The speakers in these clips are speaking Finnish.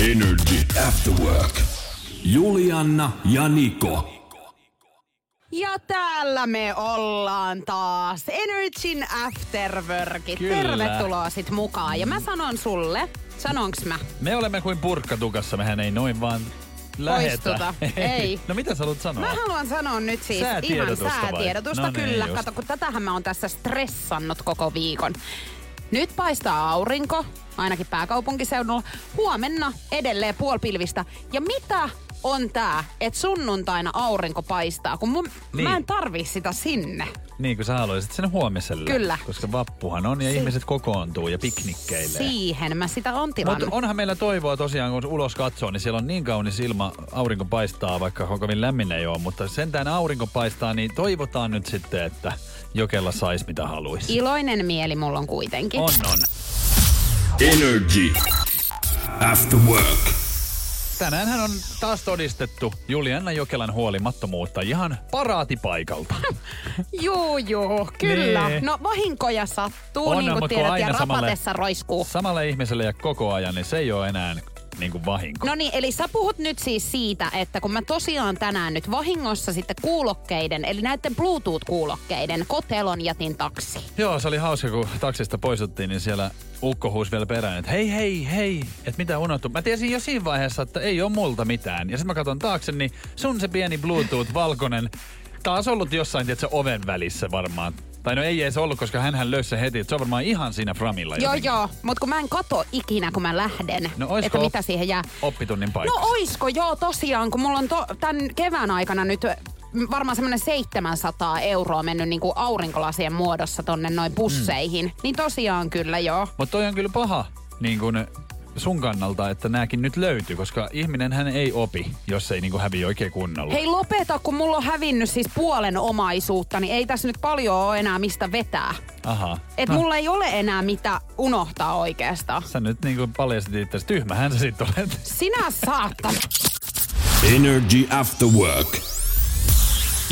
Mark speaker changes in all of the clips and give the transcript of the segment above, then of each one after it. Speaker 1: Energy After Work. Julianna ja Niko.
Speaker 2: Ja täällä me ollaan taas. Energin Afterworkit.
Speaker 3: Kyllä.
Speaker 2: Tervetuloa sit mukaan. Ja mä sanon sulle, sanonks mä?
Speaker 3: Me olemme kuin purkkatukassa, mehän ei noin vaan lähetä.
Speaker 2: Poistuta. Ei.
Speaker 3: No mitä sä haluat sanoa?
Speaker 2: Mä haluan sanoa nyt siis ihan
Speaker 3: Säätiedotusta vai?
Speaker 2: säätiedotusta,
Speaker 3: No niin,
Speaker 2: kyllä.
Speaker 3: just.
Speaker 2: Kato, kun tätähän mä oon tässä stressannut koko viikon. Nyt paistaa aurinko, ainakin pääkaupunkiseudulla. Huomenna edelleen puolpilvistä. Ja mitä on tää, että sunnuntaina aurinko paistaa, kun mun,
Speaker 3: Niin.
Speaker 2: mä en tarvi sitä sinne.
Speaker 3: Niin kuin sä haluaisit sen huomiselle.
Speaker 2: Kyllä.
Speaker 3: Koska vappuhan on ja ihmiset kokoontuu ja piknikkeilee.
Speaker 2: Siihen mä sitä on
Speaker 3: Mutta
Speaker 2: tilannut.
Speaker 3: onhan meillä toivoa tosiaan, kun ulos katsoo, niin siellä on niin kaunis ilma, aurinko paistaa, vaikka kovin lämmin ei ole, mutta sentään aurinko paistaa, niin toivotaan nyt sitten, että jokella sais mitä haluaisi.
Speaker 2: Iloinen mieli mulla on kuitenkin.
Speaker 3: on, on.
Speaker 1: Energy After Work.
Speaker 3: Tänäänhän on taas todistettu Julianna Jokelan huolimattomuutta ihan paraatipaikalta.
Speaker 2: Juu, juu, kyllä.
Speaker 3: Niin.
Speaker 2: No vahinkoja sattuu,
Speaker 3: On,
Speaker 2: niin
Speaker 3: no,
Speaker 2: kuin
Speaker 3: mut kun
Speaker 2: tiedät, ja
Speaker 3: aina samalle-
Speaker 2: rapatessa roiskuu.
Speaker 3: Samalle ihmiselle ja koko ajan, niin se ei ole enää niin kuin vahinko.
Speaker 2: No niin, eli sä puhut nyt siis siitä, että kun mä tosiaan tänään nyt vahingossa sitten kuulokkeiden, eli näiden Bluetooth-kuulokkeiden kotelon jätin taksiin.
Speaker 3: Joo, se oli hauska, kun taksista poistuttiin, niin siellä ukko huusi vielä perään, että hei, hei, hei, että mitä unohtu. Mä tiesin jo siinä vaiheessa, että ei ole multa mitään. Ja sitten mä katson taakse, niin sun se pieni Bluetooth-valkoinen taas ollut jossain, tiedätkö, oven välissä varmaan. Tai no ei edes ollut, koska hän löysi sen heti. että Se on varmaan ihan siinä framilla.
Speaker 2: Joo,
Speaker 3: jotenkin.
Speaker 2: joo, mutta kun mä en kato ikinä, kun mä lähden,
Speaker 3: niin. No, oisko
Speaker 2: että
Speaker 3: op-
Speaker 2: mitä siihen jää.
Speaker 3: Oppitunnin paikka.
Speaker 2: No oisko, joo tosiaan, kun mulla on to, tämän kevään aikana nyt ö, m- varmaan semmoinen 700 euroa mennyt niinku aurinkolasien muodossa tonne noin busseihin. Niin tosiaan kyllä joo.
Speaker 3: Mutta toi on kyllä paha niin kun sun kannalta, että nääkin nyt löytyy, koska ihminen hän ei opi, jos ei niin kuin hävi oikein kunnolla.
Speaker 2: Hei lopeta, kun mulla on hävinnyt siis puolen omaisuutta, niin ei tässä nyt paljon ole enää mistä vetää.
Speaker 3: Aha.
Speaker 2: Et no. mulla ei ole enää mitä unohtaa oikeastaan.
Speaker 3: Sä nyt niin kuin paljastit itse, tyhmähän sä sit olet.
Speaker 2: Sinä saattaa.
Speaker 1: Energy After Work.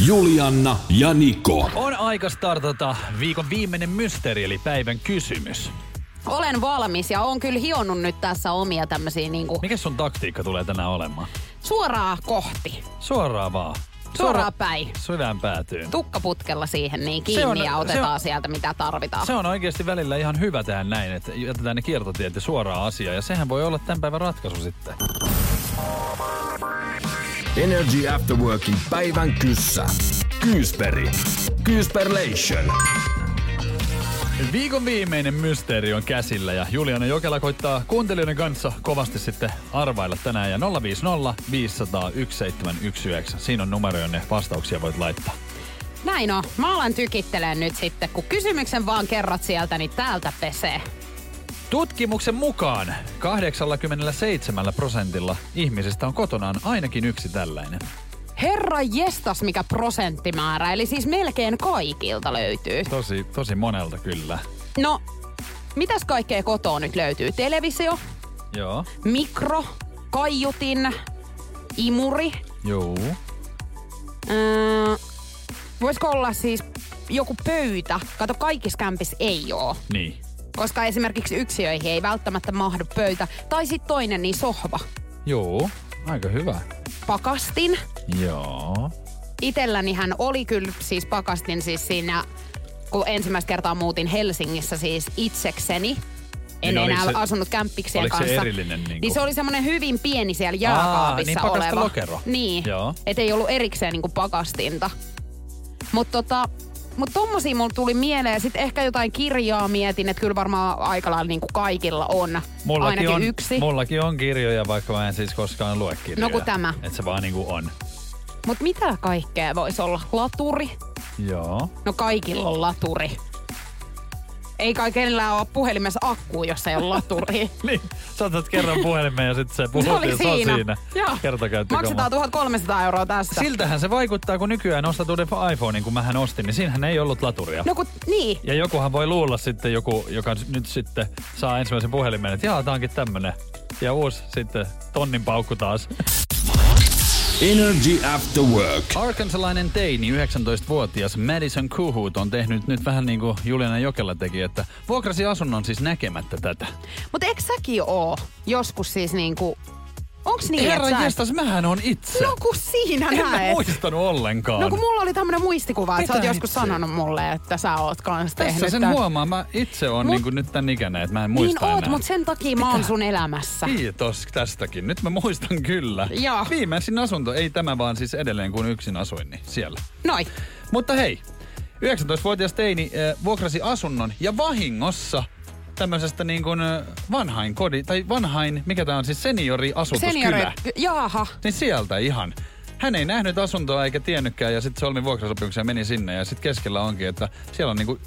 Speaker 1: Julianna ja Niko.
Speaker 3: On aika startata viikon viimeinen mysteeri, eli päivän kysymys.
Speaker 2: Olen valmis ja on kyllä hionnut nyt tässä omia tämmöisiä niinku
Speaker 3: Mikä sun taktiikka tulee tänään olemaan?
Speaker 2: suoraa kohti.
Speaker 3: Suoraan vaan.
Speaker 2: Suoraan päin.
Speaker 3: Syvään päätyyn.
Speaker 2: Tukkaputkella siihen niin kiinni
Speaker 3: on-
Speaker 2: ja
Speaker 3: se
Speaker 2: otetaan
Speaker 3: on-
Speaker 2: sieltä mitä tarvitaan.
Speaker 3: Se on oikeasti välillä ihan hyvä tehdä näin, että jätetään ne kiertotiet ja suoraan asiaan. Ja sehän voi olla tämän päivän ratkaisu sitten.
Speaker 1: Energy After Workin päivän kyssä. Kyysperi. Kyysperlation.
Speaker 3: Viikon viimeinen mysteeri on käsillä ja Juliana Jokela koittaa kuuntelijoiden kanssa kovasti sitten arvailla tänään ja 050 500 1719. Siinä on numero, jonne vastauksia voit laittaa.
Speaker 2: Näin on. Mä alan tykittelemään nyt sitten, kun kysymyksen vaan kerrot sieltä, niin täältä pesee.
Speaker 3: Tutkimuksen mukaan 87 prosentilla ihmisistä on kotonaan ainakin yksi tällainen.
Speaker 2: Herra jestas, mikä prosenttimäärä. Eli siis melkein kaikilta löytyy.
Speaker 3: Tosi, tosi monelta kyllä.
Speaker 2: No, mitäs kaikkea kotoa nyt löytyy? Televisio,
Speaker 3: Joo.
Speaker 2: mikro, kaiutin, imuri.
Speaker 3: Joo.
Speaker 2: Öö, voisiko olla siis joku pöytä? Kato, kaikissa kämpissä ei oo.
Speaker 3: Niin.
Speaker 2: Koska esimerkiksi yksiöihin ei välttämättä mahdu pöytä. Tai sitten toinen, niin sohva.
Speaker 3: Joo. Aika hyvä.
Speaker 2: Pakastin.
Speaker 3: Joo.
Speaker 2: Itelläni hän oli kyllä siis pakastin siis siinä, kun ensimmäistä kertaa muutin Helsingissä siis itsekseni. En
Speaker 3: Niin
Speaker 2: niin
Speaker 3: oliko
Speaker 2: enää se,
Speaker 3: se-
Speaker 2: asunut kämppiksien
Speaker 3: oliko se
Speaker 2: kanssa.
Speaker 3: erillinen niinku?
Speaker 2: Niin se oli semmoinen hyvin pieni siellä
Speaker 3: Aa,
Speaker 2: jääkaapissa
Speaker 3: niin pakasta
Speaker 2: oleva.
Speaker 3: lokero.
Speaker 2: Niin,
Speaker 3: Joo.
Speaker 2: et ei ollut erikseen niinku pakastinta. Mutta tota, mut tommosia mulla tuli mieleen. Sitten ehkä jotain kirjaa mietin, että kyllä varmaan aika lailla niinku kaikilla on. Ainakin
Speaker 3: on,
Speaker 2: yksi.
Speaker 3: Mullakin on kirjoja, vaikka mä en siis koskaan lue kirjoja.
Speaker 2: No kun tämä.
Speaker 3: Että se vaan niinku on.
Speaker 2: Mutta mitä kaikkea voisi olla? Laturi?
Speaker 3: Joo.
Speaker 2: No kaikilla on laturi. Ei kai kenellä ole puhelimessa akkuu, jos ei ole laturi.
Speaker 3: Niin, saatat kerran puhelimeen ja sitten se puhut
Speaker 2: se oli
Speaker 3: ja se on
Speaker 2: siinä.
Speaker 3: siinä.
Speaker 2: Joo.
Speaker 3: Kertakäyttökamala.
Speaker 2: Maksetaan 1300 euroa tästä.
Speaker 3: Siltähän se vaikuttaa, kun nykyään ostat uuden iPhonein, kun mähän ostin, niin siinähän ei ollut laturia.
Speaker 2: No kun, niin.
Speaker 3: Ja jokuhan voi luulla sitten joku, joka nyt sitten saa ensimmäisen puhelimen, että jaa, tää onkin tämmönen. Ja uusi sitten tonnin paukku taas.
Speaker 1: Energy After Work.
Speaker 3: Arkansalainen teini, 19-vuotias Madison Kuhut on tehnyt nyt vähän niin kuin Juliana Jokela teki, että vuokrasi asunnon siis näkemättä tätä.
Speaker 2: Mutta eikö säkin oo joskus siis niinku... Onks niin,
Speaker 3: Herra
Speaker 2: että sä-
Speaker 3: jestas, mähän on itse.
Speaker 2: No kun siinä
Speaker 3: en mä
Speaker 2: näet.
Speaker 3: muistanut ollenkaan.
Speaker 2: No kun mulla oli tämmönen muistikuva, että sä oot
Speaker 3: Mitä
Speaker 2: joskus
Speaker 3: hitsi?
Speaker 2: sanonut mulle, että sä oot kans
Speaker 3: Tässä
Speaker 2: tehnyt
Speaker 3: sen
Speaker 2: tän.
Speaker 3: huomaa, mä itse on
Speaker 2: Mut-
Speaker 3: niin kuin nyt tän ikäinen, että mä en
Speaker 2: Niin
Speaker 3: muista
Speaker 2: oot,
Speaker 3: enää. Niin.
Speaker 2: mut sen takia mä oon sun elämässä.
Speaker 3: Kiitos tästäkin. Nyt mä muistan kyllä.
Speaker 2: Joo.
Speaker 3: Viimeisin asunto, ei tämä vaan siis edelleen kun yksin asuin, niin siellä.
Speaker 2: Noi.
Speaker 3: Mutta hei, 19-vuotias teini äh, vuokrasi asunnon ja vahingossa tämmöisestä niin kuin äh, vanhain kodi, tai vanhain, mikä tämä on siis senioriasutuskylä.
Speaker 2: Seniori. Jaaha.
Speaker 3: Niin sieltä ihan. Hän ei nähnyt asuntoa eikä tiennytkään ja sitten solmi vuokrasopimuksen ja meni sinne ja sitten keskellä onkin, että siellä on niinku,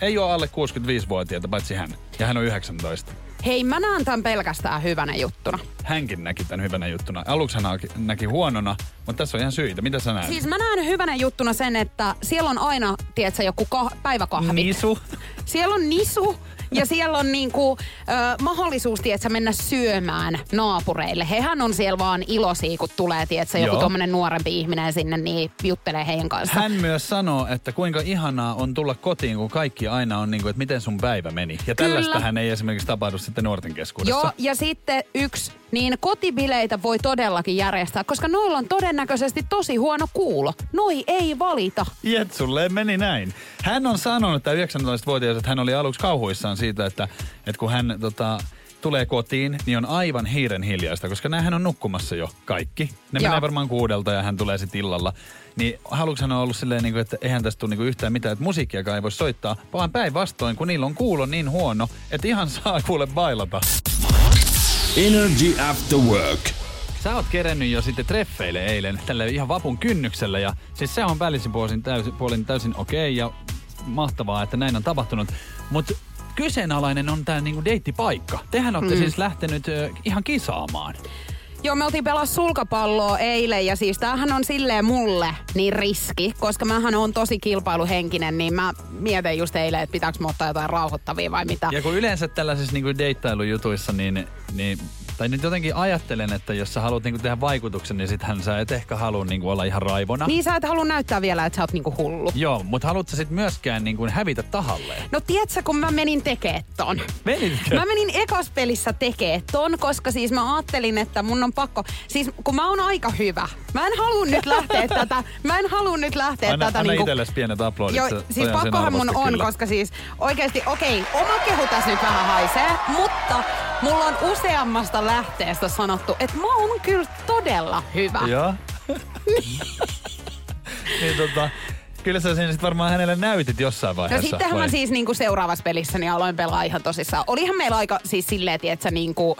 Speaker 3: ei ole alle 65-vuotiaita paitsi hän. Ja hän on 19.
Speaker 2: Hei, mä näen tämän pelkästään hyvänä juttuna.
Speaker 3: hänkin näki tämän hyvänä juttuna. Aluksi hän näki- näki huonona, mutta tässä on ihan syitä. Mitä sä näet?
Speaker 2: Siis mä näen hyvänä juttuna sen, että siellä on aina, tiedätkö, joku kah- päiväkahvit.
Speaker 3: Nisu.
Speaker 2: Siellä on nisu ja siellä on niinku, ö, mahdollisuus, tiedätkö, mennä syömään naapureille. Hehän on siellä vaan iloisia, kun tulee, tiedätkö, joku
Speaker 3: Joo.
Speaker 2: tommonen nuorempi ihminen sinne, niin juttelee heidän kanssa.
Speaker 3: Hän myös sanoo, että kuinka ihanaa on tulla kotiin, kun kaikki aina on niin kuin, että miten sun päivä meni.
Speaker 2: Kyllä.
Speaker 3: Ja tällaistähän ei esimerkiksi tapahdu sitten nuorten keskuudessa.
Speaker 2: Joo, ja sitten yksi, niin kotibileitä voi todellakin järjestää, koska noilla on todennäköisesti tosi huono kuulo. Noi ei valita.
Speaker 3: Jetsulle meni näin. Hän on sanonut, että 19-vuotias, että hän oli aluksi kauhuissaan siitä, että, että kun hän tota, tulee kotiin, niin on aivan hiiren hiljaista, koska näähän on nukkumassa jo kaikki. Ne
Speaker 2: Joo.
Speaker 3: menee varmaan kuudelta ja hän tulee sitten illalla. Niin aluksi hän on ollut silleen, niin kuin, että eihän tästä tule niin kuin yhtään mitään, että musiikkiakaan ei voi soittaa, vaan päinvastoin, kun niillä on kuulo niin huono, että ihan saa kuule bailata.
Speaker 1: Energy After Work.
Speaker 3: Sä oot kerennyt jo sitten treffeille eilen tälle ihan vapun kynnyksellä ja siis se on välisin puolin täysin, puolin täysin okei ja mahtavaa, että näin on tapahtunut. Mutta kyseenalainen on tämä niinku deittipaikka. Tehän olette mm. siis lähtenyt ö, ihan kisaamaan.
Speaker 2: Joo, me oltiin pelaa sulkapalloa eilen ja siis tämähän on silleen mulle niin riski, koska mähän on tosi kilpailuhenkinen, niin mä mietin just eilen, että pitääkö mä ottaa jotain rauhoittavia vai mitä.
Speaker 3: Ja kun yleensä tällaisissa niinku deittailujutuissa, niin, niin tai nyt jotenkin ajattelen, että jos sä haluat niinku tehdä vaikutuksen, niin sittenhän sä et ehkä halua niinku olla ihan raivona.
Speaker 2: Niin sä et halua näyttää vielä, että sä oot niinku hullu.
Speaker 3: Joo, mutta haluat sä sitten myöskään niinku hävitä tahalleen.
Speaker 2: No tiedätkö, kun mä menin tekee ton?
Speaker 3: Menitkö?
Speaker 2: Mä menin ekas pelissä tekee ton, koska siis mä ajattelin, että mun on pakko... Siis kun mä oon aika hyvä. Mä en halua nyt lähteä tätä... Mä en halua nyt lähteä
Speaker 3: Anna,
Speaker 2: tätä
Speaker 3: anna
Speaker 2: niinku...
Speaker 3: itsellesi pienet aplodit.
Speaker 2: Joo,
Speaker 3: se-
Speaker 2: siis
Speaker 3: toi on sen
Speaker 2: pakkohan mun
Speaker 3: arvosta
Speaker 2: on,
Speaker 3: kyllä.
Speaker 2: koska siis oikeasti, okei, oma kehu tässä nyt vähän haisee, mutta mulla on useammasta lähteestä sanottu, että mä oon kyllä todella hyvä.
Speaker 3: Joo. niin tota, kyllä sä sen sit varmaan hänelle näytit jossain
Speaker 2: No
Speaker 3: vaiheessa.
Speaker 2: sittenhän mä siis niinku seuraavassa pelissä niin aloin pelaa ihan tosissaan. Olihan meillä aika siis silleen, tietsä, niinku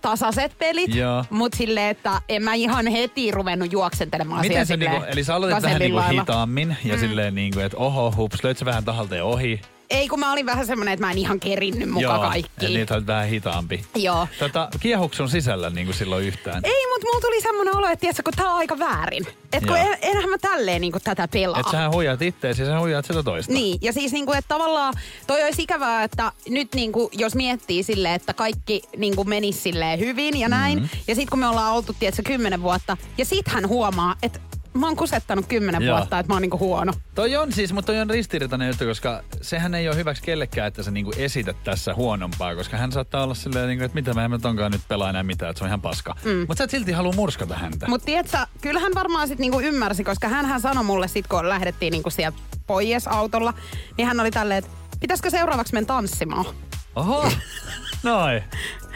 Speaker 2: tasaiset pelit,
Speaker 3: Joo.
Speaker 2: mutta silleen, että en mä ihan heti ruvennut juoksentelemaan siellä
Speaker 3: Miten se
Speaker 2: silleen
Speaker 3: niinku, eli sä aloitit vähän
Speaker 2: gasellin
Speaker 3: niinku
Speaker 2: lailla.
Speaker 3: hitaammin ja mm. silleen niinku, että oho, hups, löit sä vähän tahalta ja ohi.
Speaker 2: Ei, kun mä olin vähän semmonen, että mä en ihan kerinnyt muka
Speaker 3: Eli
Speaker 2: kaikkiin.
Speaker 3: niitä olet vähän hitaampi.
Speaker 2: Joo.
Speaker 3: Tota, kiehuks sun sisällä niinku silloin yhtään?
Speaker 2: Ei, mutta mulla tuli semmoinen olo, että tiedätkö, kun tää on aika väärin. Että kun
Speaker 3: Joo.
Speaker 2: en, enhän mä tälleen niinku tätä pelaa.
Speaker 3: Et sähän huijaat itteesi ja sä huijaat sitä toista.
Speaker 2: Niin, ja siis niinku, että tavallaan toi olisi ikävää, että nyt niinku, jos miettii silleen, että kaikki niinku menisi silleen hyvin ja näin.
Speaker 3: Mhm.
Speaker 2: Mm-hmm. Ja sit kun me ollaan oltu, tiedätkö, kymmenen vuotta, ja sit hän huomaa, että mä oon kusettanut kymmenen
Speaker 3: Joo.
Speaker 2: vuotta, että mä oon niinku huono.
Speaker 3: Toi on siis, mutta toi on ristiriitainen juttu, koska sehän ei ole hyväksi kellekään, että sä niinku esität tässä huonompaa, koska hän saattaa olla silleen, niinku, että mitä mä en mä tonkaan nyt pelaa enää mitään, että se on ihan paska. Mm. Mutta sä et silti halua murskata häntä.
Speaker 2: Mutta tiedätkö, kyllähän varmaan sit niinku ymmärsi, koska hän sanoi mulle sit, kun lähdettiin niinku siellä pois autolla, niin hän oli tälleen, että pitäisikö seuraavaksi mennä tanssimaan?
Speaker 3: Oho, noin.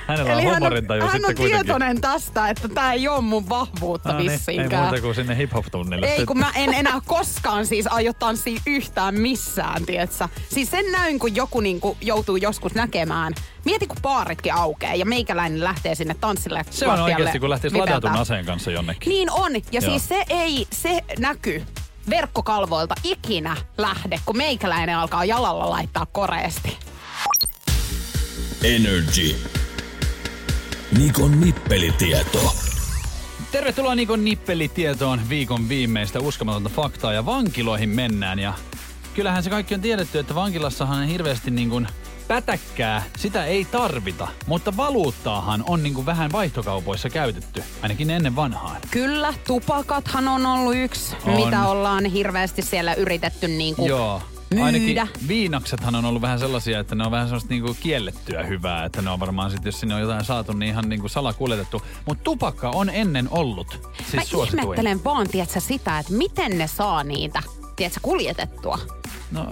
Speaker 3: Hänellä on
Speaker 2: hän on,
Speaker 3: huumorintaju
Speaker 2: hän
Speaker 3: sitten
Speaker 2: on
Speaker 3: kuitenkin.
Speaker 2: tietoinen tästä, että tämä ei ole mun vahvuutta
Speaker 3: Ah, niin, Ei
Speaker 2: vissiinkään.
Speaker 3: muuta kuin sinne hip-hop-tunnille.
Speaker 2: Ei,
Speaker 3: sitten.
Speaker 2: kun mä en enää koskaan siis aio tanssia yhtään missään, tietsä. Siis sen näyn, kun joku niinku joutuu joskus näkemään. Mieti, kun baaritkin aukeaa ja meikäläinen lähtee sinne tanssille.
Speaker 3: Se on
Speaker 2: lattialle Niin
Speaker 3: oikeasti, kun lähtisi
Speaker 2: vipeltää.
Speaker 3: ladatun aseen kanssa jonnekin.
Speaker 2: Niin on, ja
Speaker 3: Joo.
Speaker 2: siis se ei, se näkyy. verkkokalvoilta ikinä lähde, kun meikäläinen alkaa jalalla laittaa koreesti.
Speaker 1: Energy. Nikon nippelitieto.
Speaker 3: Tervetuloa Nikon nippelitietoon viikon viimeistä uskomatonta faktaa ja vankiloihin mennään. Ja kyllähän se kaikki on tiedetty, että vankilassahan hirveästi niin kuin pätäkkää, sitä ei tarvita, mutta valuuttaahan on niin kuin vähän vaihtokaupoissa käytetty, ainakin ennen vanhaan.
Speaker 2: Kyllä, tupakathan on ollut yksi,
Speaker 3: On.
Speaker 2: on. mitä ollaan hirveästi siellä yritetty niin kuin
Speaker 3: Joo.
Speaker 2: myydä.
Speaker 3: Ainakin viinaksethan on ollut vähän sellaisia, että ne on vähän sellaista niinku kiellettyä hyvää, että ne on varmaan sitten, jos sinne on jotain saatu, niin ihan niinku salakuljetettu. Mutta tupakka on ennen ollut, siis
Speaker 2: Mä
Speaker 3: suosituin.
Speaker 2: ihmettelen vaan, tiedätkö, sitä, että miten ne saa niitä, tiedätkö, kuljetettua.
Speaker 3: No,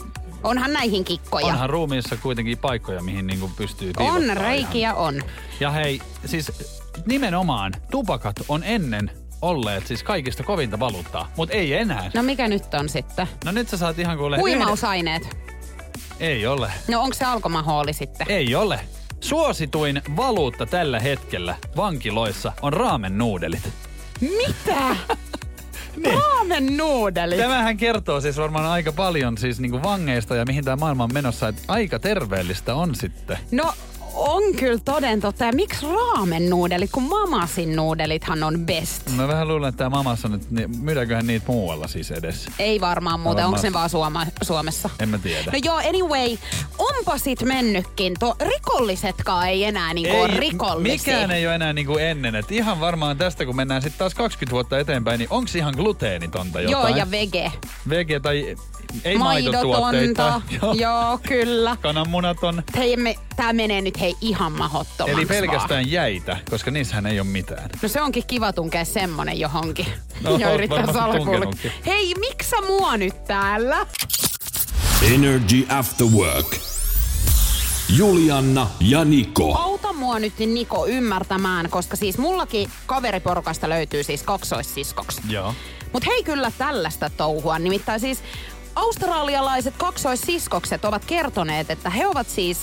Speaker 2: Onhan näihin kikkoja.
Speaker 3: onhan ruumiissa kuitenkin paikkoja, mihin niinku pystyy
Speaker 2: on,
Speaker 3: piilottaa ihan.
Speaker 2: reikiä on.
Speaker 3: Ja hei, siis nimenomaan tupakat on ennen olleet siis kaikista kovinta valuuttaa, mutta ei enää. No,
Speaker 2: No mikä nyt on sitten?
Speaker 3: no nyt sä saat ihan kuule...
Speaker 2: Huimausaineet.
Speaker 3: Yhden... Ei ole.
Speaker 2: No onko se alkomahooli sitten?
Speaker 3: Ei ole. Suosituin valuutta tällä hetkellä vankiloissa on raamen nuudelit.
Speaker 2: Mitä?
Speaker 3: Niin.
Speaker 2: Raamen nuudelit.
Speaker 3: Tämähän kertoo siis varmaan aika paljon siis niinku vangeista ja mihin tämä maailma on menossa, että aika terveellistä on sitten.
Speaker 2: No on kyllä toden totta. Ja miksi raamen nuudelit, kun mamasin nuudelithan on best?
Speaker 3: Mä vähän luulen, että tämä mamassa nyt, niin myydäänköhän niitä muualla siis edes.
Speaker 2: Ei varmaan muuten, onko
Speaker 3: Varmaan.
Speaker 2: ne vaan Suoma, Suomessa?
Speaker 3: En mä tiedä.
Speaker 2: No joo, anyway, onpa sit mennytkin. To, rikollisetkaan ei enää niinku ole rikollisia.
Speaker 3: Mikään ei ole enää niin kuin ennen. Et ihan varmaan tästä, kun mennään sitten taas 20 vuotta eteenpäin, niin onko ihan gluteenitonta jotain?
Speaker 2: Joo, ja vege.
Speaker 3: Vege tai ei
Speaker 2: Maidotonta.
Speaker 3: maitotuotteita.
Speaker 2: Joo. kyllä.
Speaker 3: Kananmunat on.
Speaker 2: Hei, me, tää menee nyt hei ihan mahottomaksi
Speaker 3: Eli
Speaker 2: Vaan.
Speaker 3: pelkästään jäitä, koska niissähän ei ole mitään.
Speaker 2: No se onkin kiva tunkea semmonen johonkin.
Speaker 3: No,
Speaker 2: ja
Speaker 3: oot
Speaker 2: yrittää
Speaker 3: varmasti
Speaker 2: salkulle.
Speaker 3: tunkenutkin.
Speaker 2: Hei, miksi sä mua nyt täällä?
Speaker 1: Energy After Work. Julianna ja Niko.
Speaker 2: Auta mua nyt Niko ymmärtämään, koska siis mullakin kaveriporukasta löytyy siis kaksoissiskoksi.
Speaker 3: Joo.
Speaker 2: Mut hei kyllä tällaista touhua, nimittäin siis australialaiset kaksoissiskokset ovat kertoneet, että he ovat siis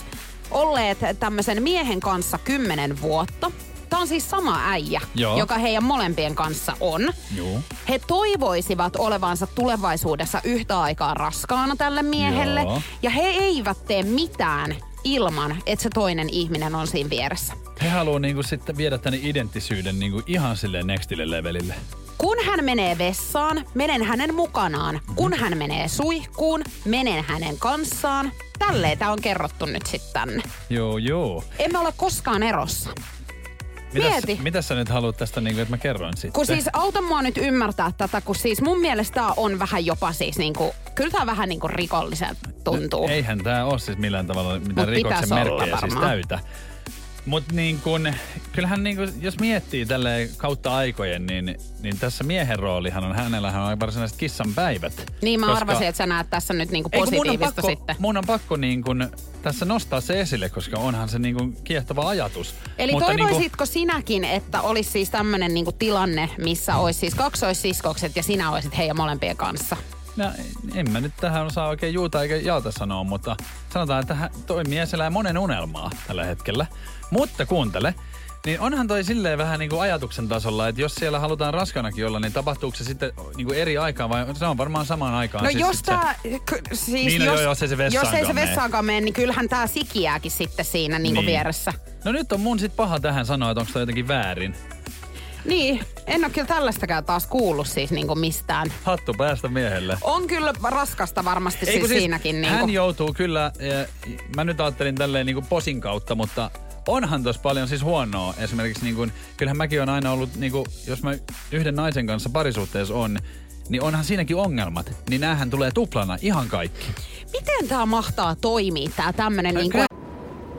Speaker 2: olleet tämmöisen miehen kanssa kymmenen vuotta. Tämä on siis sama äijä,
Speaker 3: Joo.
Speaker 2: joka heidän molempien kanssa on.
Speaker 3: Joo.
Speaker 2: He toivoisivat olevansa tulevaisuudessa yhtä aikaa raskaana tälle miehelle.
Speaker 3: Joo.
Speaker 2: Ja he eivät tee mitään ilman, että se toinen ihminen on siinä vieressä.
Speaker 3: He haluaa niinku sitten viedä tänne identisyyden niinku ihan sille nextille levelille.
Speaker 2: Kun hän menee vessaan, menen hänen mukanaan. Kun
Speaker 3: Mhm.
Speaker 2: hän menee suihkuun, menen hänen kanssaan. Tälleen tämä on kerrottu nyt sitten tänne.
Speaker 3: Joo, joo.
Speaker 2: Emme ole koskaan erossa.
Speaker 3: Mitäs,
Speaker 2: Mieti.
Speaker 3: mitäs sä nyt haluat tästä, niinku, että mä kerron sitten?
Speaker 2: Kun siis auta mua nyt ymmärtää tätä, kun siis mun mielestä tää on vähän jopa siis niinku, kyllä tää vähän niinku rikolliselta tuntuu.
Speaker 3: Eihän tämä ole siis millään tavalla mitään
Speaker 2: Mut
Speaker 3: rikoksen
Speaker 2: pitäis olla
Speaker 3: merkkejä siis
Speaker 2: varmaan.
Speaker 3: täytä. Mutta niin kun, kyllähän niin kun, jos miettii tälle kautta aikojen, niin, niin tässä miehen roolihan on, hänellähän on varsinaiset kissan päivät.
Speaker 2: Niin mä
Speaker 3: koska-
Speaker 2: arvasin, että sä näet tässä nyt niinku
Speaker 3: Ei, kun mun on
Speaker 2: positiivista
Speaker 3: pakko,
Speaker 2: sitten.
Speaker 3: Mun on pakko niin kun, tässä nostaa se esille, koska onhan se niin kun, kiehtova ajatus.
Speaker 2: Eli
Speaker 3: Mutta niin kun-
Speaker 2: toivoisitko sinäkin, että olisi siis tämmöinen niinku tilanne, missä
Speaker 3: Mm.
Speaker 2: olisi siis kaksoissiskokset ja sinä olisit heidän molempien kanssa?
Speaker 3: No, en mä nyt tähän osaa oikein juuta eikä jaata sanoa, mutta sanotaan, että hän- toi mies elää monen unelmaa tällä hetkellä. Mutta kuuntele, niin onhan toi silleen vähän niin kuin ajatuksen tasolla, että jos siellä halutaan raskanakin olla, niin tapahtuuko se sitten niin kuin eri aikaan vai se on varmaan samaan aikaan?
Speaker 2: No
Speaker 3: siis
Speaker 2: jos
Speaker 3: sit se-
Speaker 2: tää, ky- siis
Speaker 3: Niin, no
Speaker 2: jos,
Speaker 3: joo, jos ei se
Speaker 2: jos ei
Speaker 3: vessaankaan
Speaker 2: se
Speaker 3: mene.
Speaker 2: vessaankaan mene, niin kyllähän tää sikiääkin sitten siinä niinku
Speaker 3: Niin.
Speaker 2: vieressä.
Speaker 3: No nyt on mun sit paha tähän sanoa, että onko toi jotenkin väärin.
Speaker 2: Niin, en ole kyllä tällaistakaan taas kuullut siis niinku mistään.
Speaker 3: Hattu päästä miehelle.
Speaker 2: On kyllä raskasta varmasti
Speaker 3: Ei, kun
Speaker 2: siis siinäkin. Niinku.
Speaker 3: Hän joutuu kyllä, ja, mä nyt ajattelin tälleen niin kuin posin kautta, mutta onhan tuossa paljon siis huonoa. Esimerkiksi niin kuin, kyllähän mäkin on aina ollut, niin kuin, jos mä yhden naisen kanssa parisuhteessa on, niin onhan siinäkin ongelmat. Niin näähän tulee tuplana ihan kaikki.
Speaker 2: Miten tää mahtaa toimia, tää tämmönen
Speaker 3: No
Speaker 2: niinku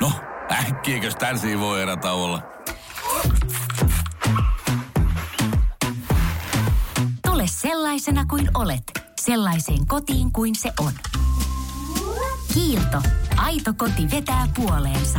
Speaker 4: No, äkkiäkös tän siinä voi erä olla? sellaisena kuin olet, sellaiseen kotiin kuin se on. Kiilto. Aito koti vetää puoleensa.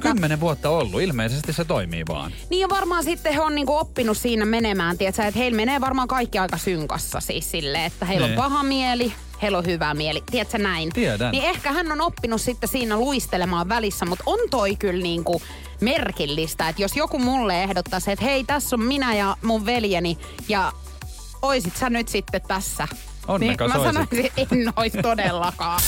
Speaker 3: Kymmenen vuotta ollut, ilmeisesti se toimii vaan.
Speaker 2: Niin ja varmaan sitten he on niinku oppinut siinä menemään, tietsä, että heillä menee varmaan kaikki aika synkassa siis silleen, että heillä on
Speaker 3: Niin.
Speaker 2: paha mieli, heillä on hyvä mieli, tiedätkö näin?
Speaker 3: Tiedän.
Speaker 2: Niin ehkä hän on oppinut sitten siinä luistelemaan välissä, mutta on toi kyllä niinku merkillistä, että jos joku mulle ehdottaisi, että hei tässä on minä ja mun veljeni ja oisit sä nyt sitten tässä.
Speaker 3: Onnekas
Speaker 2: niin, mä
Speaker 3: oisit.
Speaker 2: sanoisin, että en ois todellakaan.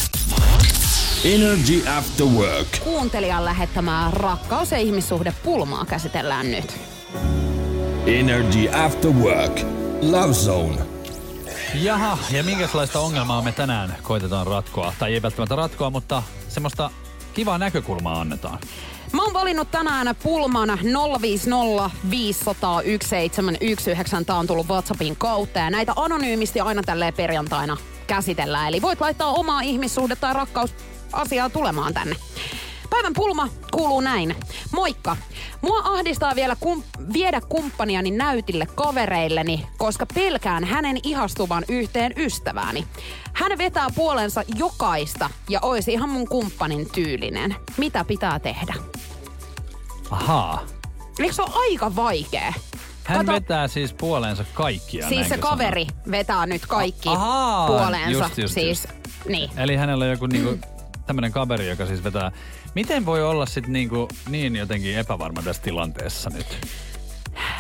Speaker 1: Energy After Work.
Speaker 2: Kuuntelijan lähettämää rakkaus- ja ihmissuhdepulmaa käsitellään nyt.
Speaker 1: Energy After Work. Love Zone.
Speaker 3: Jaha, ja minkälaista ongelmaa me tänään koitetaan ratkoa? Tai ei välttämättä ratkoa, mutta semmoista kivaa näkökulmaa annetaan.
Speaker 2: Mä oon valinnut tänään pulman 050 501 719. Tää on tullut WhatsAppin kautta ja näitä anonyymisti aina tälleen perjantaina käsitellään. Eli voit laittaa omaa ihmissuhde- tai rakkausasiaa tulemaan tänne. Päivän pulma kuuluu näin. Moikka! Mua ahdistaa vielä kum- viedä kumppaniani näytille kavereilleni, koska pelkään hänen ihastuvan yhteen ystävääni. Hän vetää puolensa jokaista ja oisi ihan mun kumppanin tyylinen. Mitä pitää tehdä?
Speaker 3: Ahaa.
Speaker 2: Eikö se ole aika vaikea?
Speaker 3: Hän
Speaker 2: Kato,
Speaker 3: vetää siis puoleensa kaikkia.
Speaker 2: siis se
Speaker 3: näinkö
Speaker 2: kaveri vetää nyt kaikki
Speaker 3: A- ahaa,
Speaker 2: puoleensa.
Speaker 3: just, just,
Speaker 2: siis,
Speaker 3: just.
Speaker 2: Niin.
Speaker 3: Eli hänellä on joku niinku, tämmöinen kaveri, joka siis vetää. Miten voi olla sit niinku, niin jotenkin epävarma tässä tilanteessa nyt?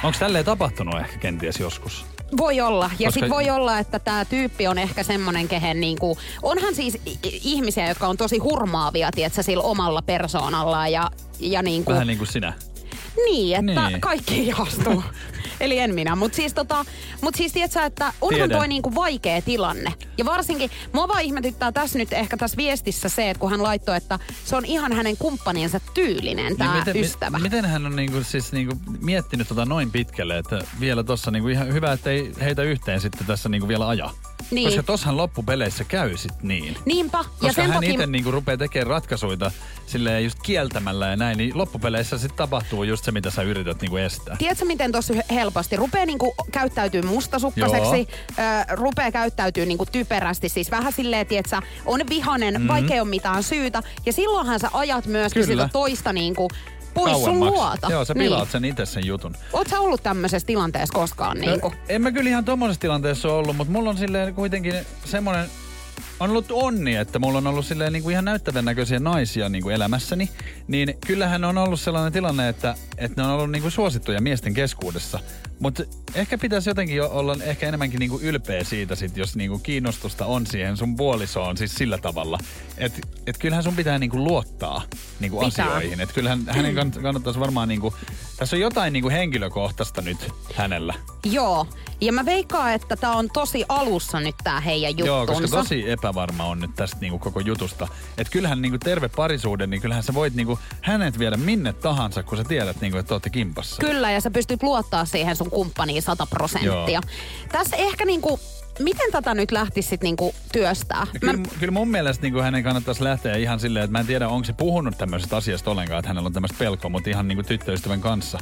Speaker 3: Onko tälleen tapahtunut ehkä kenties joskus?
Speaker 2: Voi olla. Ja
Speaker 3: Koska-
Speaker 2: sit voi olla, että tämä tyyppi on ehkä semmonen, kehen niinku, onhan siis i- i- ihmisiä, jotka on tosi hurmaavia, tietsä, sillä omalla persoonallaan ja, ja niinku,
Speaker 3: Vähän niin kuin sinä.
Speaker 2: niin, että
Speaker 3: Niin.
Speaker 2: kaikki ihastuu. Eli en minä, mutta siis, tota, mut siis tiedätkö, että onhan
Speaker 3: Tiedän.
Speaker 2: toi niinku vaikea tilanne. Ja varsinkin, mua vaan ihmetyttää tässä nyt ehkä tässä viestissä se, että kun hän laittoi, että se on ihan hänen kumppaniensa tyylinen tämä
Speaker 3: Niin, miten, mi-
Speaker 2: ystävä.
Speaker 3: miten hän on niinku, siis niinku, miettinyt tota noin pitkälle, että vielä tossa niinku, ihan hyvä, ettei heitä yhteen sitten tässä niinku vielä aja.
Speaker 2: Niin.
Speaker 3: Koska tossahan loppupeleissä käy sit niin.
Speaker 2: Niinpä, ja
Speaker 3: Koska
Speaker 2: sen
Speaker 3: hän
Speaker 2: takia...
Speaker 3: itse niinku rupeaa tekemään ratkaisuja silleen just kieltämällä ja näin, niin loppupeleissä sitten tapahtuu just se, mitä sä yrität niinku estää.
Speaker 2: Tiedätkö, miten tuossa helposti? Rupeaa niinku käyttäytyy mustasukkaseksi, ö, rupeaa käyttäytyy niinku typerästi, siis vähän silleen, tiedätkö, on vihanen, mm-hmm. vaikka ei ole mitään syytä. Ja silloinhan sä ajat myöskin
Speaker 3: Mhm. Kyllä.
Speaker 2: sitä toista niinku pois sun
Speaker 3: Kauemmaksi.
Speaker 2: luota. Niin.
Speaker 3: Joo, sä pilaat sen itse sen jutun.
Speaker 2: Oot sä ollut tämmöisessä tilanteessa koskaan? Niin kuin?
Speaker 3: No, En mä kyllä ihan tommosessa tilanteessa ole ollut, mutta mulla on silleen kuitenkin semmoinen on ollut onni, että mulla on ollut silleen niin kuin ihan näyttävän näköisiä naisia niin kuin elämässäni, niin kyllähän on ollut sellainen tilanne, että, että ne on ollut niin kuin suosittuja miesten keskuudessa. Mutta ehkä pitäisi jotenkin jo olla ehkä enemmänkin niin kuin ylpeä siitä, sit, jos niin kuin kiinnostusta on siihen sun puolisoon siis sillä tavalla. Että et kyllähän sun pitää niin kuin luottaa niin kuin
Speaker 2: Pitää.
Speaker 3: asioihin. Et kyllähän hänen kann- kannattaisi varmaan, niin kuin, tässä on jotain niin kuin henkilökohtaista nyt hänellä.
Speaker 2: Joo. Ja mä veikkaan, että tää on tosi alussa nyt tää heidän juttunsa.
Speaker 3: Joo, koska tosi epävarma on nyt tästä niinku koko jutusta. Et kyllähän niinku terve parisuuden, niin kyllähän sä voit niinku hänet viedä minne tahansa, kun sä tiedät, niinku, että ootte kimpassa.
Speaker 2: Kyllä, ja sä pystyt luottaa siihen sun kumppaniin 100 prosenttia.
Speaker 3: Joo.
Speaker 2: Tässä ehkä niinku, miten tätä nyt lähtisi sit niinku työstää?
Speaker 3: Ja
Speaker 2: Mä,
Speaker 3: Kyllä, kyllä mun mielestä niin hänen kannattaisi lähteä ihan silleen, että mä en tiedä, onko se puhunut tämmöisestä asiasta ollenkaan, että hänellä on tämmöistä pelkoa, mutta ihan niinku tyttöystävän kanssa.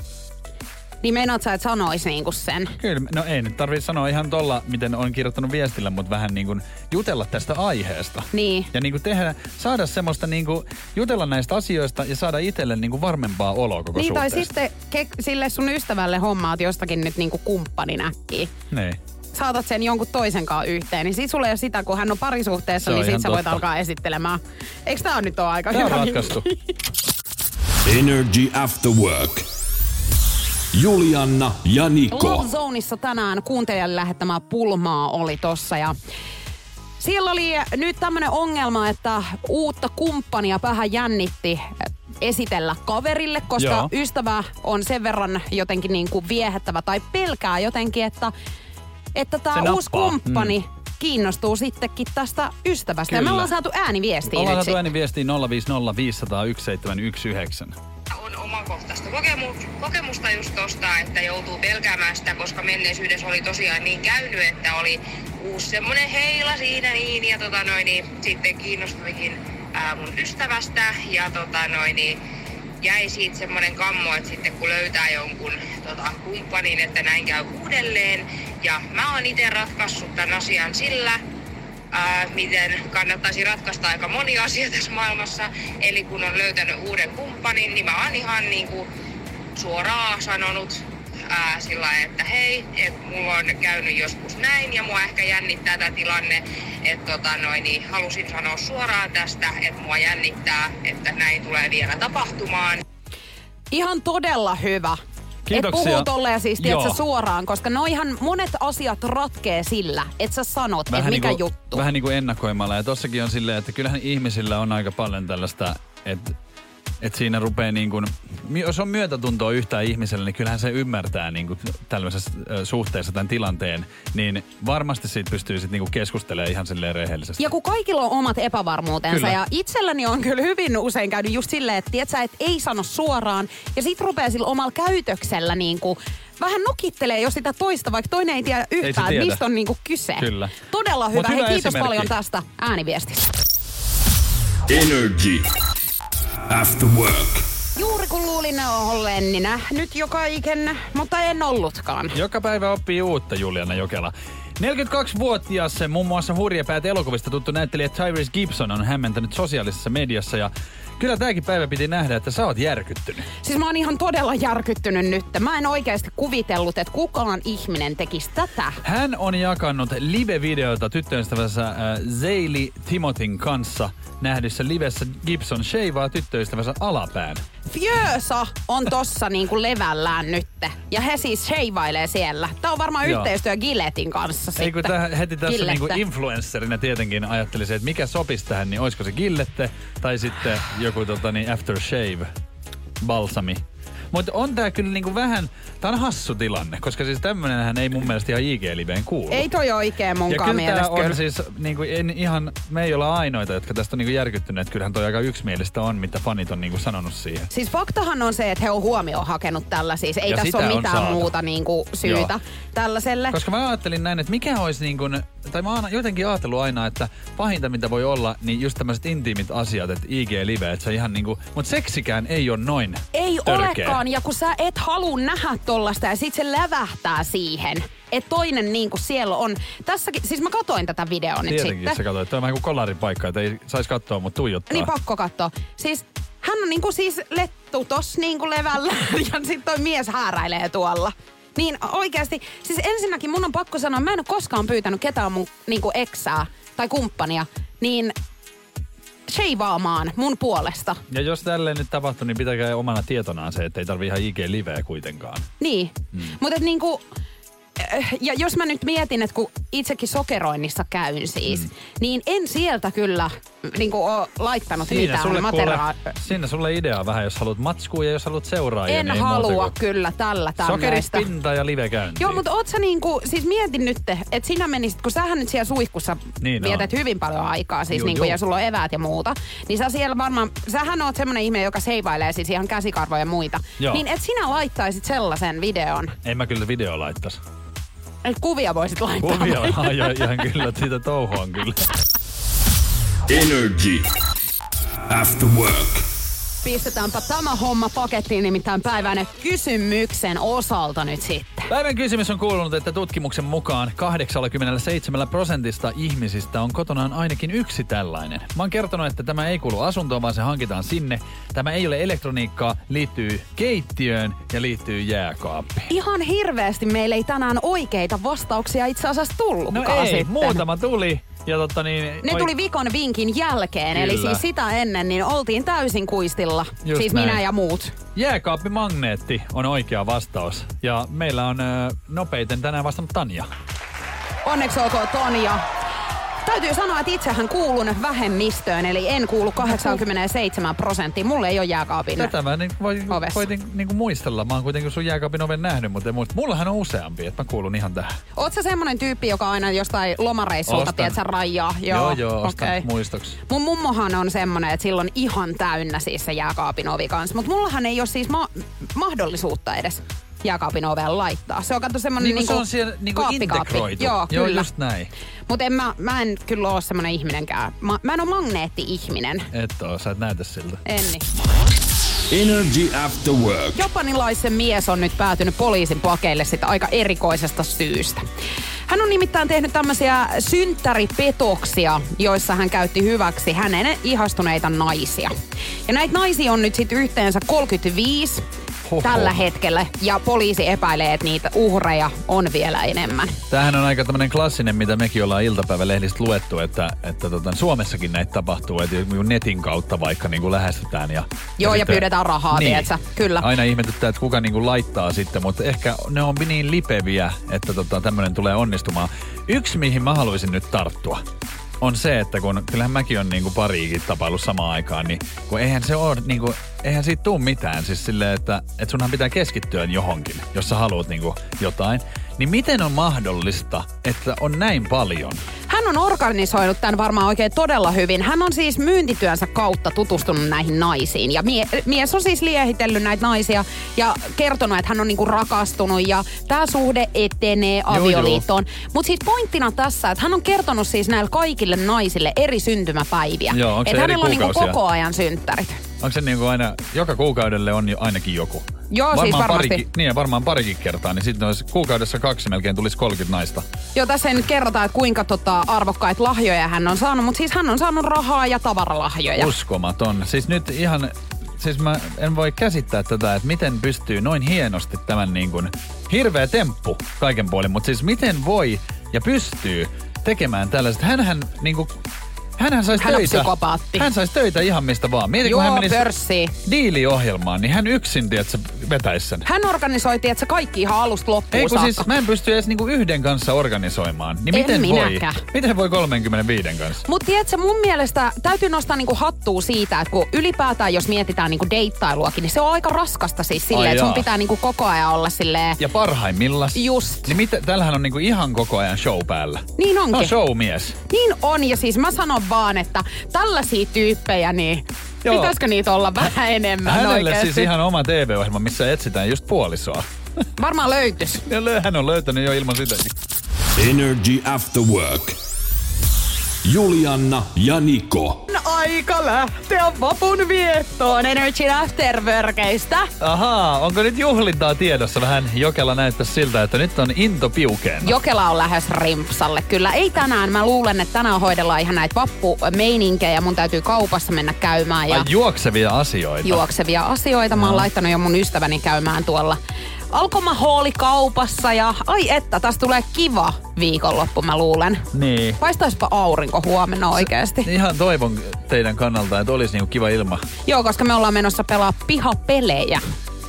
Speaker 2: niin meinaat sä, että sanois niinku sen?
Speaker 3: Kyllä, no ei nyt tarvitse sanoa ihan tolla, miten on kirjoittanut viestillä, mutta vähän niin kuin jutella tästä aiheesta.
Speaker 2: Niin.
Speaker 3: Ja niin kuin tehdä, saada semmoista niin kuin jutella näistä asioista ja saada itselle niin kuin varmempaa oloa koko
Speaker 2: Niin, tai
Speaker 3: suhteesta.
Speaker 2: sitten ke- sille sun ystävälle hommaat jostakin nyt niinku kumppanin äkkiä.
Speaker 3: Niin.
Speaker 2: Saatat sen jonkun toisen kanssa yhteen, niin sit sulla ei ole sitä, kun hän on parisuhteessa,
Speaker 3: Se on
Speaker 2: niin sit
Speaker 3: ihan
Speaker 2: sä voit
Speaker 3: totta.
Speaker 2: alkaa esittelemään. Eikö tää nyt ole aika
Speaker 3: Tämä on
Speaker 2: hyvä
Speaker 3: ratkaistu.
Speaker 1: Energy After Work. Julianna ja Niko.
Speaker 2: Love Zoneissa tänään kuuntelijan lähettämää pulmaa oli tossa ja siellä oli nyt tämmönen ongelma, että uutta kumppania vähän jännitti äh, esitellä kaverille, koska
Speaker 3: Joo.
Speaker 2: ystävä on sen verran jotenkin niin kuin viehättävä tai pelkää jotenkin, että, että
Speaker 3: Se
Speaker 2: tämä
Speaker 3: nappaa.
Speaker 2: uusi kumppani mm. kiinnostuu sittenkin tästä ystävästä. Ja me
Speaker 3: Kyllä.
Speaker 2: ollaan saatu ääniviestiä
Speaker 3: Ollaan
Speaker 2: nyt
Speaker 3: saatu
Speaker 2: sit.
Speaker 3: ääniviestiä 050 500 1719.
Speaker 5: on omakohtaista kokemu- kokemusta just tosta, että joutuu pelkäämään sitä, koska menneisyydessä oli tosiaan niin käynyt, että oli uusi semmonen heila siinä niin, ja tota noin, niin sitten kiinnostuikin ää, mun ystävästä, ja tota noin, niin jäi siitä semmoinen kammo, että sitten kun löytää jonkun tota, kumppanin, että näin käy uudelleen, ja mä oon itse ratkaissut tämän asian sillä, ää, miten kannattaisi ratkaista aika moni asia tässä maailmassa. Eli kun on löytänyt uuden kumppanin, niin mä oon ihan niin kuin suoraan sanonut ää, sillä lailla, että hei, et mulla on käynyt joskus näin ja mua ehkä jännittää tämä tilanne. Että tota noin, niin halusin sanoa suoraan tästä, että mua jännittää, että näin tulee vielä tapahtumaan.
Speaker 2: Ihan todella hyvä.
Speaker 3: Kiitoksia.
Speaker 2: Et puhuu tolleen siis tiedätkö,
Speaker 3: Joo.
Speaker 2: suoraan, koska noihan monet asiat ratkee sillä, että sä sanot, että mikä
Speaker 3: niinku,
Speaker 2: juttu.
Speaker 3: Vähän niin kuin ennakoimalla. Ja tossakin on silleen, että kyllähän ihmisillä on aika paljon tällaista, että et siinä rupeaa niin kuin, jos on myötätuntoa yhtään ihmiselle, niin kyllähän se ymmärtää niin kuin tällaisessa ö, suhteessa tämän tilanteen. Niin varmasti siitä pystyy sitten niin kuin keskustelemaan ihan silleen rehellisesti.
Speaker 2: Ja kun kaikilla on omat epävarmuutensa
Speaker 3: Kyllä.
Speaker 2: ja itselläni on kyllä hyvin usein käynyt just silleen, että tiedätkö, et ei sano suoraan ja sit rupeaa sillä omalla käytöksellä niin kuin, vähän nokittelee jo sitä toista, vaikka toinen ei tiedä yhtään, että
Speaker 3: tiedä.
Speaker 2: mistä on niin kuin kyse.
Speaker 3: Kyllä.
Speaker 2: Todella
Speaker 3: Mut
Speaker 2: hyvä.
Speaker 3: hyvä
Speaker 2: Hei, kiitos
Speaker 3: esimerkki.
Speaker 2: paljon tästä ääniviestistä.
Speaker 1: Energy. After work.
Speaker 2: Juuri kun luulin olleeni nähnyt joka iken, mutta en ollutkaan.
Speaker 3: Joka päivä oppii uutta Juliana Jokela. 42-vuotias se muun muassa hurjepäät elokuvista tuttu näyttelijä Tyrese Gibson on hämmentänyt sosiaalisessa mediassa ja kyllä tämäkin päivä piti nähdä, että sä oot järkyttynyt.
Speaker 2: Siis mä oon ihan todella järkyttynyt nyt. Mä en oikeasti kuvitellut, että kukaan ihminen tekisi tätä.
Speaker 3: Hän on jakanut live-videota tyttöystävänsä äh, Zeili Timotin kanssa nähdyssä livessä Gibson sheivaa tyttöystävänsä alapään.
Speaker 2: Fjösa on tossa niinku levällään nytte. Ja he siis sheivailee siellä. Tää on varmaan
Speaker 3: Joo.
Speaker 2: yhteistyö Giletin kanssa
Speaker 3: Ei kun
Speaker 2: sitten.
Speaker 3: tähän heti tässä
Speaker 2: Gillettä.
Speaker 3: niinku influencerina tietenkin ajattelisi, että mikä sopisi tähän, niin olisiko se gillette tai sitten joku tota, niin aftershave balsami. Mutta on tää kyllä niinku vähän, tää on hassu tilanne, koska siis tämmönenhän ei mun mielestä ihan IG-liveen kuulu.
Speaker 2: Ei toi oikein
Speaker 3: ja
Speaker 2: munkaan
Speaker 3: kyllä tää
Speaker 2: mielestä
Speaker 3: on
Speaker 2: kyllä.
Speaker 3: siis, niinku, en, ihan, me ei olla ainoita, jotka tästä on niinku järkyttyneet. Kyllähän toi aika yksimielistä on, mitä fanit on niinku sanonut siihen.
Speaker 2: Siis faktahan on se, että he on huomioon hakenut tällä siis. Ei
Speaker 3: Ja
Speaker 2: tässä
Speaker 3: sitä
Speaker 2: ole
Speaker 3: on
Speaker 2: mitään
Speaker 3: saatu.
Speaker 2: muuta niinku syytä
Speaker 3: Joo.
Speaker 2: tällaiselle.
Speaker 3: Koska mä ajattelin näin, että mikä olisi niin kuin, tai mä oon aina- jotenkin ajatellut aina, että pahinta mitä voi olla, niin just tämmöiset intiimit asiat, että IG-live, että se ihan niin kuin, mutta seksikään ei ole noin
Speaker 2: Ei
Speaker 3: törkeä.
Speaker 2: olekaan, niin ja kun sä et halua nähdä tollasta ja sit se lävähtää siihen, että toinen niinku siellä on. Tässäkin, siis mä katoin tätä videoa nyt
Speaker 3: Tietenkin
Speaker 2: sitten.
Speaker 3: sä katsoit, toi on vähän kuin kolarin paikka, että ei saisi katsoa, mutta tuijottaa.
Speaker 2: Niin pakko katsoa. Siis hän on niinku siis lettu tos niinku levällä ja sit toi mies hääräilee tuolla. Niin oikeasti, siis ensinnäkin mun on pakko sanoa, mä en ole koskaan pyytänyt ketään mun niinku eksää tai kumppania, niin sheivaamaan mun puolesta.
Speaker 3: ja jos tälleen nyt tapahtuu, niin pitäkää omana tietonaan se, että ei tarvi ihan IG-liveä kuitenkaan.
Speaker 2: Niin. Mm. Mutta niinku, äh, ja jos mä nyt mietin, että kun itsekin sokeroinnissa käyn siis, mm. niin en sieltä kyllä niinku oo laittanut
Speaker 3: Siinä
Speaker 2: mitään
Speaker 3: sulle,
Speaker 2: materiaalia.
Speaker 3: kuule, siinä sulle ideaa vähän, jos haluat matskua ja jos haluat seuraajia.
Speaker 2: En
Speaker 3: niin ei
Speaker 2: halua
Speaker 3: muuta kuin
Speaker 2: kyllä tällä
Speaker 3: Sokerit,
Speaker 2: tämmöistä.
Speaker 3: pinta ja live käyntiin.
Speaker 2: Joo, mutta oot sä niinku, siis mietin nyt, että sinä menisit, kun sähän nyt siellä suihkussa
Speaker 3: Niin
Speaker 2: niin vietät hyvin paljon aikaa, siis
Speaker 3: Juu,
Speaker 2: niinku,
Speaker 3: juu.
Speaker 2: ja sulla on eväät ja muuta, niin sä siellä varmaan, sähän oot semmonen ihminen, joka seivailee siis ihan käsikarvoja ja muita.
Speaker 3: Joo.
Speaker 2: Niin et sinä laittaisit sellaisen videon,
Speaker 3: En mä kyllä video laittaisi.
Speaker 2: että kuvia voisit laittaa.
Speaker 3: Kuvia on ajo- ihan kyllä, siitä touhu on kyllä.
Speaker 1: Energy. After work.
Speaker 2: Pistetäänpä tämä homma pakettiin nimittäin päivänä kysymyksen osalta nyt sitten.
Speaker 3: Päivän kysymys on kuulunut, että tutkimuksen mukaan 87 prosentista ihmisistä on kotonaan ainakin yksi tällainen. Mä oon kertonut, että tämä ei kuulu asuntoon, vaan se hankitaan sinne. Tämä ei ole elektroniikkaa, liittyy keittiöön ja liittyy jääkaappiin.
Speaker 2: Ihan hirveästi meillä ei tänään oikeita vastauksia itse asiassa
Speaker 3: No
Speaker 2: tullutkaan
Speaker 3: ei,
Speaker 2: sitten.
Speaker 3: muutama tuli. Ja totta niin,
Speaker 2: Ne
Speaker 3: oi-
Speaker 2: tuli vikon vinkin jälkeen, eli
Speaker 3: Kyllä.
Speaker 2: siis sitä ennen, niin oltiin täysin kuistilla.
Speaker 3: Just
Speaker 2: siis
Speaker 3: näin.
Speaker 2: minä ja muut.
Speaker 3: Jääkaappimagneetti on oikea vastaus. Ja meillä on ö, nopeiten tänään vastannut Tanja.
Speaker 2: Onneksi olkoon Tonja. Täytyy sanoa, että itsehän kuulun vähemmistöön, eli en kuulu 87 prosenttiin. Mulle ei ole jääkaapin.
Speaker 3: Tätä mä niin, voi,
Speaker 2: Ovessa.
Speaker 3: koitin niin kuin muistella. Mä oon kuitenkin sun jääkaapin oven nähnyt, mutta en muista. Mullahan on useampi, että mä kuulun ihan tähän.
Speaker 2: Oot sä semmonen tyyppi, joka aina jostain lomareissulta,
Speaker 3: Ostan.
Speaker 2: tiedät sä, rajaa?
Speaker 3: joo, joo ostan
Speaker 2: okei.
Speaker 3: muistoksi.
Speaker 2: Mun mummohan on semmonen, että silloin ihan täynnä siis se jääkaapin ovi kanssa. Mutta mullahan ei ole siis ma- mahdollisuutta edes jääkaapin oveen laittaa. Se on kato semmonen
Speaker 3: Niin kuin
Speaker 2: niinku
Speaker 3: se on siellä niin kuin
Speaker 2: kaappikaappi.
Speaker 3: integroitu.
Speaker 2: Joo,
Speaker 3: joo
Speaker 2: kyllä.
Speaker 3: just näin.
Speaker 2: Mutta en mä, mä en kyllä ole semmonen ihminenkään. Mä, mä en ole magneetti-ihminen. niin.
Speaker 3: Et oo, sä et näytä siltä.
Speaker 2: Enni.
Speaker 1: Energy After Work.
Speaker 2: Japanilaisen mies on nyt päätynyt poliisin pakeille sitä aika erikoisesta syystä. Hän on nimittäin tehnyt tämmöisiä synttäripetoksia, joissa hän käytti hyväksi hänen ihastuneita naisia. Ja näitä naisia on nyt sitten yhteensä 35
Speaker 3: Hoho.
Speaker 2: tällä hetkellä, ja poliisi epäilee, että niitä uhreja on vielä enemmän.
Speaker 3: Tämähän on aika tämmöinen klassinen, mitä mekin ollaan iltapäivälehdistä luettu, että, että tota, Suomessakin näitä tapahtuu, että joku netin kautta vaikka niin kuin lähestytään. Ja,
Speaker 2: Joo, ja
Speaker 3: sitten-
Speaker 2: pyydetään rahaa,
Speaker 3: niin.
Speaker 2: tiedätkö? Kyllä.
Speaker 3: Aina ihmetyttää, että kuka niin kuin laittaa sitten, mutta ehkä ne on niin lipeviä, että tota, tämmöinen tulee onnistumaan. Yksi, mihin mä haluaisin nyt tarttua, on se, että kun kyllähän mäkin on niin kuin pariikin tapailu samaan aikaan, niin kun eihän se ole niin kuin, eihän siitä tuu mitään. Siis silleen, että, että sunhan pitää keskittyä johonkin, jos sä haluat niin kuin jotain. Niin miten on mahdollista, että on näin paljon?
Speaker 2: Hän on organisoinut tämän varmaan oikein todella hyvin. Hän on siis myyntityönsä kautta tutustunut näihin naisiin. Ja mie- mies on siis liehitellyt näitä naisia ja kertonut, että hän on niinku rakastunut ja tämä suhde etenee
Speaker 3: joo.
Speaker 2: avioliittoon. Mutta siis pointtina tässä, että hän on kertonut siis näille kaikille naisille eri syntymäpäiviä.
Speaker 3: Joo, onko
Speaker 2: että
Speaker 3: se eri
Speaker 2: hänellä on niinku
Speaker 3: kuukausia?
Speaker 2: koko ajan synttärit.
Speaker 3: Onko se niin kuin aina, joka kuukaudelle on jo ainakin joku?
Speaker 2: Joo, siis varmasti.
Speaker 3: Parikin, niin, ja varmaan parikin kertaa, niin sitten olisi kuukaudessa kaksi melkein tulisi 30 naista.
Speaker 2: Joo, tässä ei nyt kerrota, että kuinka tota, arvokkaita lahjoja hän on saanut, mutta siis hän on saanut rahaa ja tavaralahjoja.
Speaker 3: Uskomaton. Siis nyt ihan, siis mä en voi käsittää tätä, että miten pystyy noin hienosti tämän niin kuin, hirveä temppu kaiken puolin, mutta siis miten voi ja pystyy tekemään tällaiset. Hänhän niin kuin, hänhän saisi
Speaker 2: Hän on
Speaker 3: töitä.
Speaker 2: psykopaatti.
Speaker 3: Hän saisi töitä ihan mistä vaan. Mieti, kun
Speaker 2: Joo,
Speaker 3: hän menisi
Speaker 2: pörssiin.
Speaker 3: diiliohjelmaan, niin hän yksin, tiedätkö, vetäisi sen.
Speaker 2: Hän organisoi, että se kaikki ihan alusta loppuun
Speaker 3: Ei kun
Speaker 2: saakka.
Speaker 3: siis mä en pysty edes niinku yhden kanssa organisoimaan. Niin
Speaker 2: En
Speaker 3: miten
Speaker 2: minäkään.
Speaker 3: voi? Miten voi 35 kanssa?
Speaker 2: Mutta tiedätkö, mun mielestä täytyy nostaa niinku hattua siitä, että kun ylipäätään jos mietitään niinku deittailuakin, niin se on aika raskasta siis silleen,
Speaker 3: Ai
Speaker 2: että sun
Speaker 3: jaa.
Speaker 2: pitää niinku koko ajan olla silleen...
Speaker 3: Ja parhaimmillaan.
Speaker 2: Just.
Speaker 3: Niin mitä, tällähän on niinku ihan koko ajan show päällä.
Speaker 2: Niin
Speaker 3: No
Speaker 2: onkin.
Speaker 3: showmies.
Speaker 2: Niin on, ja siis mä sanon vaan, että tällaisia tyyppejä, niin
Speaker 3: Joo.
Speaker 2: pitäisikö niitä olla vähän enemmän
Speaker 3: Hänelle
Speaker 2: oikeesti?
Speaker 3: siis ihan oma TV-ohjelma, missä etsitään just puolisoa.
Speaker 2: Varmaan löytys.
Speaker 3: Ja lö- Hän on löytänyt jo ilman sitä.
Speaker 1: Energy After Work. Julianna ja Niko.
Speaker 2: Aika lähteä vapun viettoon Energy Afterworkeista.
Speaker 3: Ahaa, onko nyt juhlintaa tiedossa? Vähän Jokela näyttää siltä, että nyt on into piukeen.
Speaker 2: Jokela on lähes rimpsalle. Kyllä ei tänään. Mä luulen, että tänään hoidellaan ihan näitä vappumeininkejä. Mun täytyy kaupassa mennä käymään ja
Speaker 3: Ai, juoksevia asioita.
Speaker 2: juoksevia asioita. Mä oon laittanut jo mun ystäväni käymään tuolla alkomahooli kaupassa ja ai että, tästä tulee kiva viikonloppu mä luulen.
Speaker 3: Niin.
Speaker 2: Paistaispa aurinko huomenna oikeesti.
Speaker 3: Ihan toivon teidän kannalta, että olisi niinku kiva ilma.
Speaker 2: Joo, koska me ollaan menossa pelaa pihapelejä.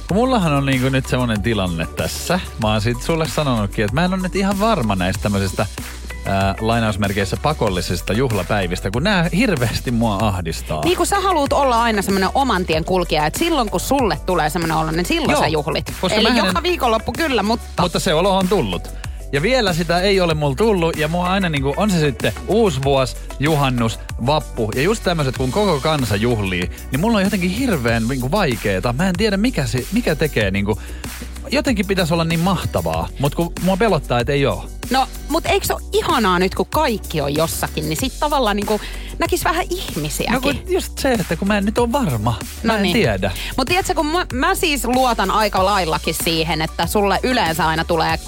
Speaker 3: Kun Mullahan on niinku nyt semmonen tilanne tässä. Mä oon sit sulle sanonutkin, että mä en ole nyt ihan varma näistä tämmöisistä ää, lainausmerkeissä pakollisista juhlapäivistä, kun nämä hirveästi mua ahdistaa.
Speaker 2: Niin kun sä haluut olla aina semmoinen oman tien kulkija, että silloin kun sulle tulee semmoinen olo, niin silloin
Speaker 3: Joo,
Speaker 2: sä juhlit.
Speaker 3: koska
Speaker 2: Eli
Speaker 3: mähän en-
Speaker 2: joka viikonloppu kyllä, mutta...
Speaker 3: Mutta se olo on tullut. Ja vielä sitä ei ole mulla tullut, ja mua aina niinku, on se sitten uusi vuosi, juhannus, vappu, ja just tämmöiset, kun koko kansa juhlii, niin mulla on jotenkin hirveän niinku, vaikeeta. Mä en tiedä, mikä, se, mikä tekee niinku, jotenkin pitäisi olla niin mahtavaa, mutta kun mua pelottaa, että ei oo.
Speaker 2: No, mutta eikö se ole ihanaa nyt, kun kaikki on jossakin, niin sitten tavallaan niin näkis vähän ihmisiäkin.
Speaker 3: No kun just se, että kun mä en nyt ole varma. Mä
Speaker 2: No niin.
Speaker 3: en tiedä.
Speaker 2: Mutta tiedätkö, kun mä, mä siis luotan aika laillakin siihen, että sulle yleensä aina tulee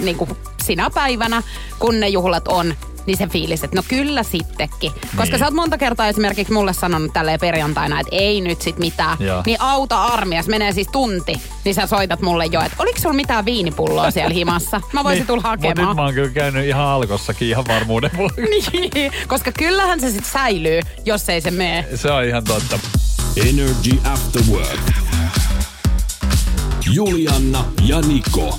Speaker 2: niin kuin sinä päivänä, kun ne juhlat on, niin se fiilis, että no kyllä sittenkin. Koska
Speaker 3: Niin.
Speaker 2: sä oot monta kertaa esimerkiksi mulle sanonut tälleen perjantaina, että ei nyt sit mitään.
Speaker 3: Joo.
Speaker 2: Niin auta armias, menee siis tunti, niin sä soitat mulle jo, että oliko sulla mitään viinipulloa siellä himassa? Mä voisin tulla
Speaker 3: Niin, Mut
Speaker 2: hakemaan.
Speaker 3: nyt mä oon kyllä käynyt ihan alkossakin ihan varmuuden vuoksi.
Speaker 2: Niin, koska kyllähän se sitten säilyy, jos ei se mene.
Speaker 3: Se on ihan totta.
Speaker 1: Energy After Work. Julianna ja Niko.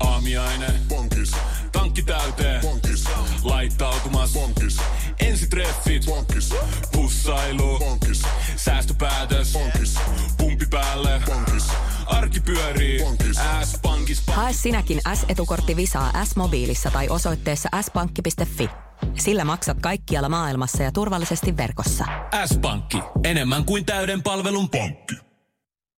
Speaker 1: Aamiainen. Bonkis. Tankki täyteen. Bonkis. Laittautumas. Bonkis. Ensitreffit. Bonkis. Pussailu. Bonkis. Säästöpäätös. Bonkis. Pumpi päälle. Bonkis. Arki pyörii. Bonkis. S-pankis.
Speaker 6: Hae sinäkin S-etukortti Visaa S-mobiilissa tai osoitteessa s-pankki.fi. Sillä maksat kaikkialla maailmassa ja turvallisesti verkossa.
Speaker 1: S-pankki. Enemmän kuin täyden palvelun pankki.